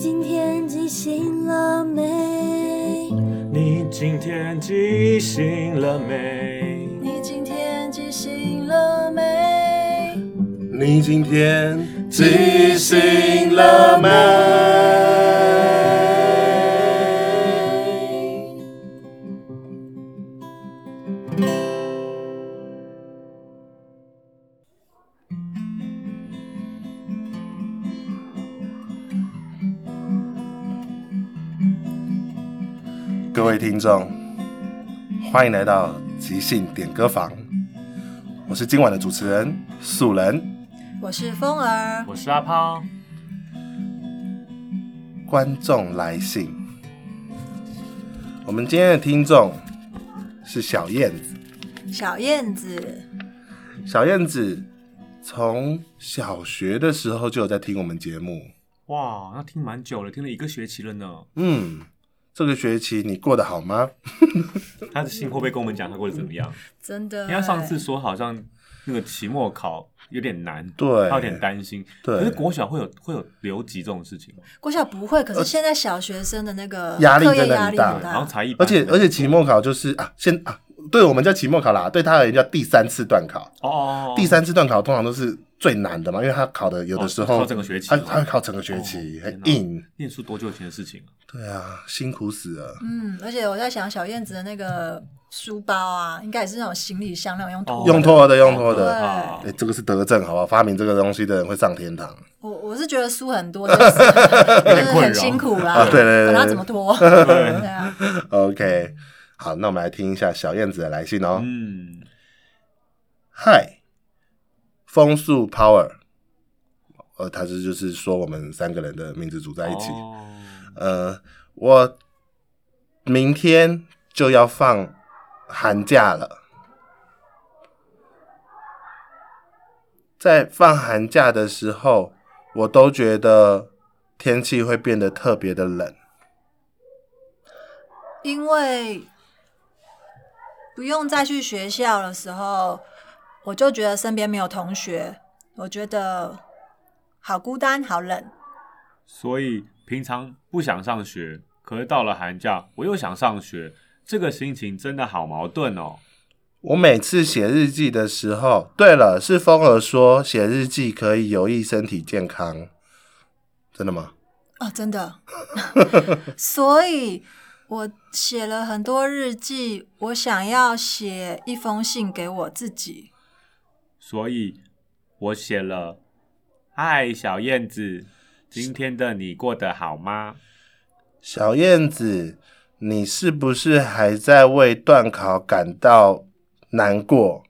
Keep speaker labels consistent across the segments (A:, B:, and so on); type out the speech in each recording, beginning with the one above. A: 今天记醒了没？
B: 你今天记醒了没？
A: 你今天记醒了没？
C: 你今天
B: 记醒了
C: 没？各位听众，欢迎来到即兴点歌房，我是今晚的主持人素人。
A: 我是风儿，
B: 我是阿胖，
C: 观众来信。我们今天的听众是小燕子，
A: 小燕子，
C: 小燕子从小学的时候就有在听我们节目。
B: 哇，那听蛮久了，听了一个学期了呢。
C: 嗯，这个学期你过得好吗？
B: 他的信会不会跟我们讲他过得怎么样？
A: 真的
B: 因
A: 欸。
B: 为他上次说好像那个期末考有点难，
C: 对
B: 他有点担心。
C: 对
B: 可是国小会有会有留级这种事情吗？
A: 国小不会，可是现在小学生的那个
C: 呃压力
A: 课业
C: 真的很
A: 压力
C: 大
A: 很
B: 然后才艺班，
C: 而且而且期末考就是啊，先啊，对我们叫期末考啦，对他而言叫第三次段考。
B: 哦哦，哦
C: 第三次段考通常都是最难的嘛，因为他考的有的时候
B: 哦考整个学期
C: 他他会考整个学期，
B: 哦
C: 很
B: 天哪
C: 硬。
B: 念书多久以前的事情啊？
C: 对啊，辛苦死了。
A: 嗯，而且我在想，小燕子的那个书包啊，应该也是那种行李箱那种用拖
B: 哦
A: 的。
C: 用托的，用托的。
B: 啊
C: 哎、，这个是德政，好不好？发明这个东西的人会上天堂。
A: 我我是觉得书很多，就是 就是
B: 困扰
A: 很辛苦啦。
C: 啊对对对对
A: 管他怎么 拖。
B: 对
A: 对啊，
B: 嗯
C: OK，好，那我们来听一下小燕子的来信哦。
B: 嗯，
C: 嗨，风速 Power，呃，他是就是说我们三个人的名字组在一起。
B: 哦
C: 呃，我明天就要放寒假了，在放寒假的时候，我都觉得天气会变得特别的冷。
A: 因为不用再去学校的时候，我就觉得身边没有同学，我觉得好孤单，好冷。
B: 所以平常不想上学，可是到了寒假我又想上学，这个心情真的好矛盾哦。
C: 我每次写日记的时候，对了，是风儿说写日记可以有益身体健康，真的吗？
A: 哦，真的。 所以我写了很多日记，我想要写一封信给我自己。
B: 所以我写了：“嗨，小燕子，今天的你过得好吗？
C: 小燕子，你是不是还在为断考感到难过？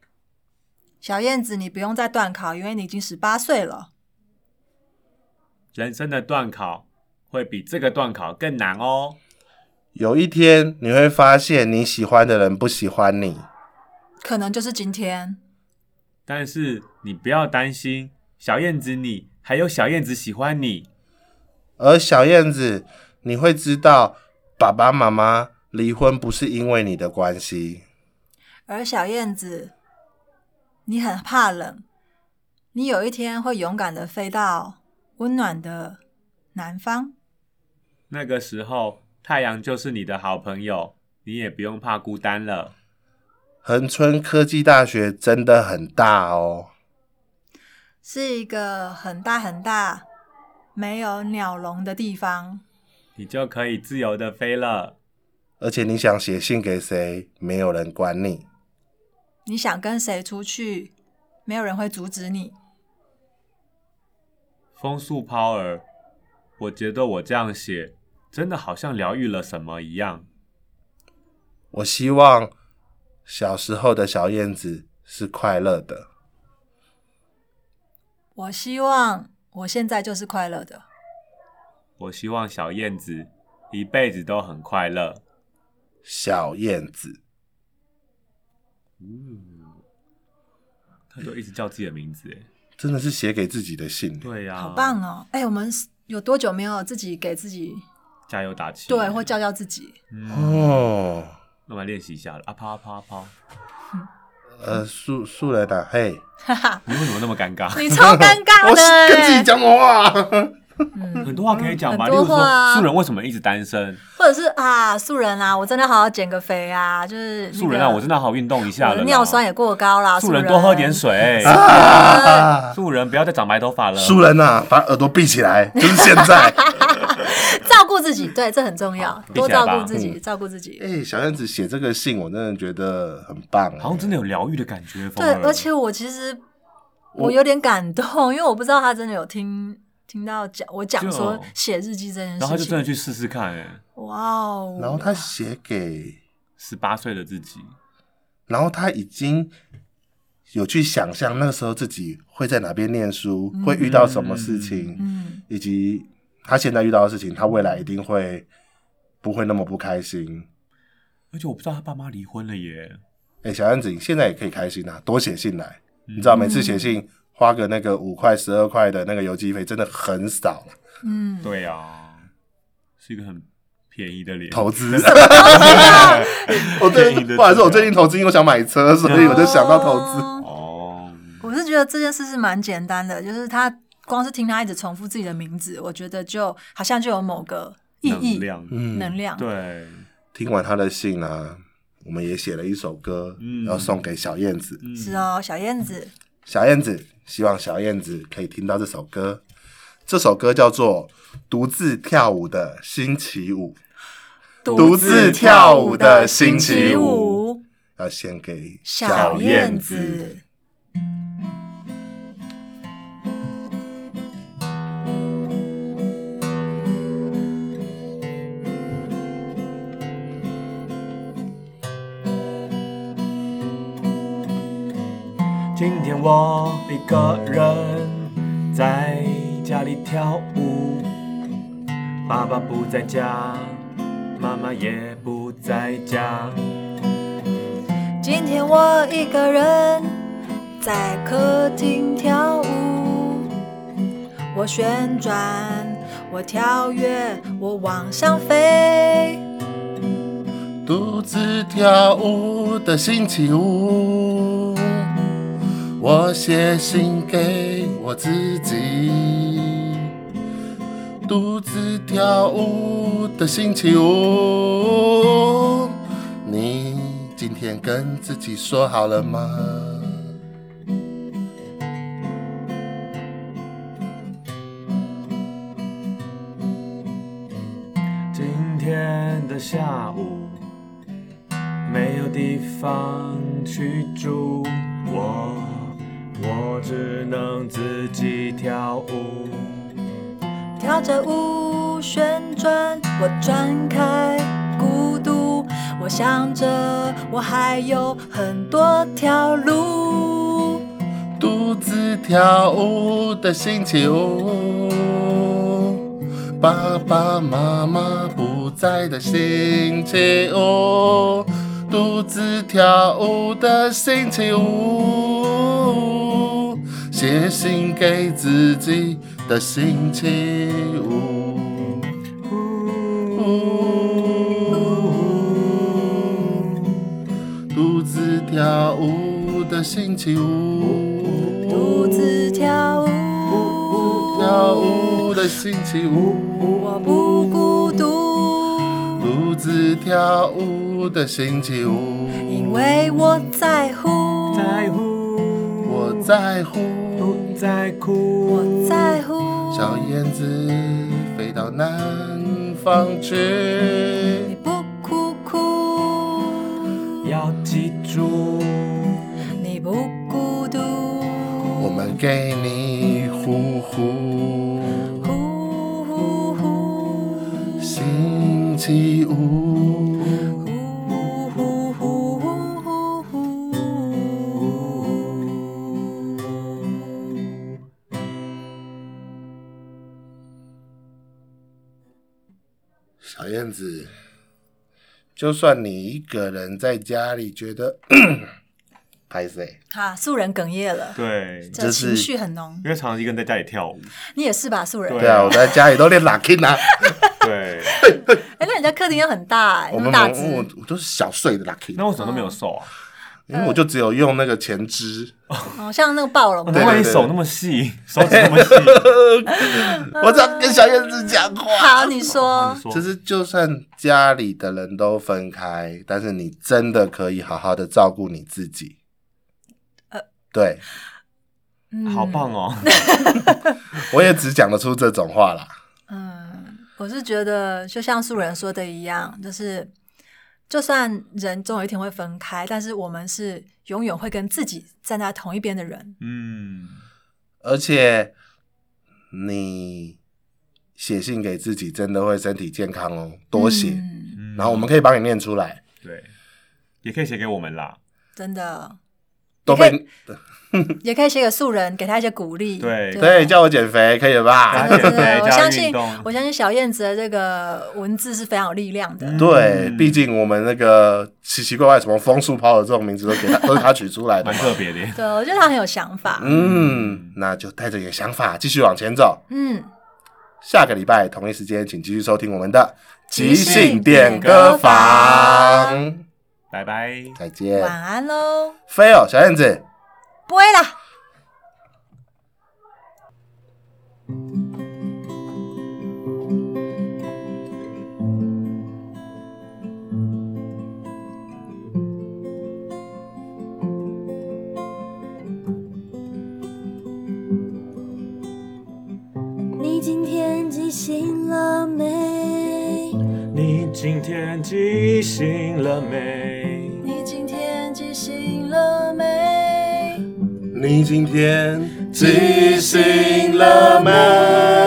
A: 小燕子，你不用再断考，因为你已经十八岁了。
B: 人生的段考会比这个段考更难哦。
C: 有一天你会发现你喜欢的人不喜欢你。
A: 可能就是今天，
B: 但是你不要担心，小燕子你还有小燕子喜欢你。
C: 而小燕子，你会知道爸爸妈妈离婚不是因为你的关系。
A: 而小燕子，你很怕冷，你有一天会勇敢的飞到温暖的南方。
B: 那个时候，太阳就是你的好朋友，你也不用怕孤单了。
C: 恒春科技大学真的很大哦。
A: 是一个很大很大没有鸟笼的地方。
B: 你就可以自由的飞了。”
C: 而且你想写信给谁，没有人管你。
A: 你想跟谁出去，没有人会阻止你。
B: 风速抛儿，我觉得我这样写，真的好像疗愈了什么一样。
C: 我希望小时候的小燕子是快乐的。
A: 我希望我现在就是快乐的。
B: 我希望小燕子一辈子都很快乐。
C: 小燕子，
B: 他就一直叫自己的名字，哎，
C: 真的是写给自己的信。
B: 对呀、
A: 好棒哦！哎、我们有多久没有自己给自己
B: 加油打气。
A: 对，或叫叫自 己？
B: 嗯，
C: 哦，
B: 那我来练习一下了。啊啪啊啪啊啪！
C: 呃，素素人啊，嘿，
A: 哈哈，
B: 你为什么那么尴尬？
A: 你超尴尬
C: 我
A: 的、嗯
C: 是跟自己
A: 哎
C: 讲什么话？
B: 很多话可以讲吧？
A: 很
B: 例
A: 多
B: 如
A: 话啊
B: 说，素人为什么一直单身？
A: 或者是啊，素人啊，我真的好好减个肥啊，就是那个
B: 素人啊，我真的好好运动一下
A: 我
B: 了
A: 的
B: 啦。
A: 尿酸也过高啦，
B: 素人多喝点。水。
C: 啊！
B: 素人不要再长白头发 了。
C: 熟人呐、把耳朵闭起来，就是现在。
A: 照顾自己，对，这很重要，
B: 立
A: 多
B: 起来
A: 照
B: 吧嗯
A: 顾自己，照顾自己。
C: 哎、小燕子写这个信，我真的觉得很棒、欸
B: 好像真的有疗愈的感觉。反
A: 对，
B: 而
A: 而且我其实
C: 我
A: 我有点感动，因为我不知道他真的有听听到讲我讲
B: 就
A: 说写日记这件
B: 然后他
A: 事
B: 就
A: 情
B: 真的。去试试看、哎，
A: 哇哦！
C: 然后他写给，
B: 十八岁的自己，
C: 然后他已经有去想象那个时候自己会在哪边念书，会遇到什么事情，
A: 嗯
C: 以及他现在遇到的事情，他未来一定会不会那么不开心。
B: 而且我不知道他爸妈离婚了耶。
C: 哎、小燕子，你现在也可以开心啊，多写信来。你知道
B: 嗯
C: 每次写信花个那个五块、十二块的那个邮寄费，真的很少，
A: 嗯，
B: 对啊，是一个很便宜的脸。
C: 投资。我最
B: 便宜的
C: 近哦不好
B: 资
C: 意思，
B: 料
C: 我最近投资，因为我想买车，所以我就想到投资。
A: 哦
B: 哦，
A: 我是觉得这件事是蛮简单的，就是他光是听他一直重复自己的名字，我觉得就好像就有某个意
B: 能
A: 义、
B: 量，
C: 嗯
A: 能量。
B: 对，
C: 听完他的信啊，我们也写了一首歌，
B: 嗯
C: 要送给小燕子。
B: 嗯
A: 是哦，小燕子，
C: 小燕子，希望小燕子可以听到这首歌。这首歌叫做《独自跳舞的星期五》，独自跳舞的星期五，要献给
A: 小燕。子。
B: 今天我一个人在家里跳舞，爸爸不在家，妈妈也不在家，
A: 今天我一个人在客厅跳舞，我旋转，我跳跃，我往上飞。
C: 独自跳舞的星期五，我写信给我自己。独自跳舞的星期五，你今天跟自己说好了吗？
B: 今天的下午没有地方去住，我我只能自己跳舞。
A: 跳着舞旋转，我转开孤独，我想着我还有很多条路。
C: 独自跳舞的星期五，爸爸妈妈不在的星期五，独自跳舞的星期五，写信给自己的星期五。哦独自跳舞的哦星期五，
A: 独自跳舞，
C: 跳舞的星期五，
A: 我不孤独，
C: 独自跳舞的星期五，
A: 因为我在乎，
B: 在乎，
C: 我在乎
B: 不在乎，
A: 我在乎。
C: 小燕子飞到南方
A: 你
C: 去，
A: 不哭哭，
B: 要记住，
A: 你不孤独。
C: 我们给你呼呼
A: 呼呼呼，
C: 星期五。
A: 呼呼呼呼呼。
C: 小燕子，就算你一个人在家里觉得 拍谁，
A: 哈，素人哽咽了，
B: 对，
A: 这情绪很浓。
B: 因为常常一个人在家里跳 舞，
A: 你也是吧，素人？
B: 对
C: 对啊，我在家里都练 lucky 啊，
B: 对，
A: 哎，那人家客厅又很大，哎，
C: 我
A: 那么
C: 们
A: 大
C: 我我
A: 只，
C: 我都是小睡的 lucky，
B: 那为什么都没有瘦啊？
C: 因为我就只有用那个前 肢，
A: 哦，像那个暴龙
B: 我
A: 吧
C: 对
B: 难怪你手那么细，手指那么细。
C: 我只要跟小燕子讲话。
A: 好，你说
B: 哦你，说
C: 哦就是就算家里的人都分开，但是你真的可以好好的照顾你自己。
A: 呃
C: 对，
A: 嗯
B: 好棒哦！
C: 我也只讲得出这种话啦。
A: 嗯，我是觉得就像素人说的一样，就是就算人总有一天会分开，但是我们是永远会跟自己站在同一边的人。
B: 嗯，
C: 而且你写信给自己，真的会身体健康哦，多写，
A: 嗯
B: 嗯
C: 然后我们可以帮你念出来，
B: 对，也可以写给我们啦。
A: 真的
C: 都被
A: 也可以写给素人，给他一些鼓励。
B: 对
C: 对叫我减肥可以吧
B: 啊？
A: 对对
B: 减肥
A: 对，我
B: 加
A: 相
B: 运
A: 信
B: 动
A: 我相信小燕子的这个文字是非常有力量的。
B: 嗯
C: 对，
B: 嗯
C: 毕竟我们那个奇奇怪怪什么枫树抛的这种名字都给他都是他取出来的
B: 蛮
C: 嘛。
B: 特别 的，
A: 对，我觉得他很有想法。
C: 嗯，那就带着你的想法继续往前走。
A: 嗯，
C: 下个礼拜同一时间，请继续收听我们的
A: 即
C: 即
A: 兴点
C: 兴点
A: 歌
C: 歌
A: 房
C: 房，
B: 拜拜。
C: 再
A: 晚
C: 见。
A: 安喽，
C: 飞哦，小燕子。
A: 不会啦。
D: 你今天记醒了没？
B: 你今天记醒了没？
A: 你今天记醒了没？
C: 你今天
B: 记
C: 记
B: 醒
C: 醒
B: 了
C: 了
B: 没
C: 没？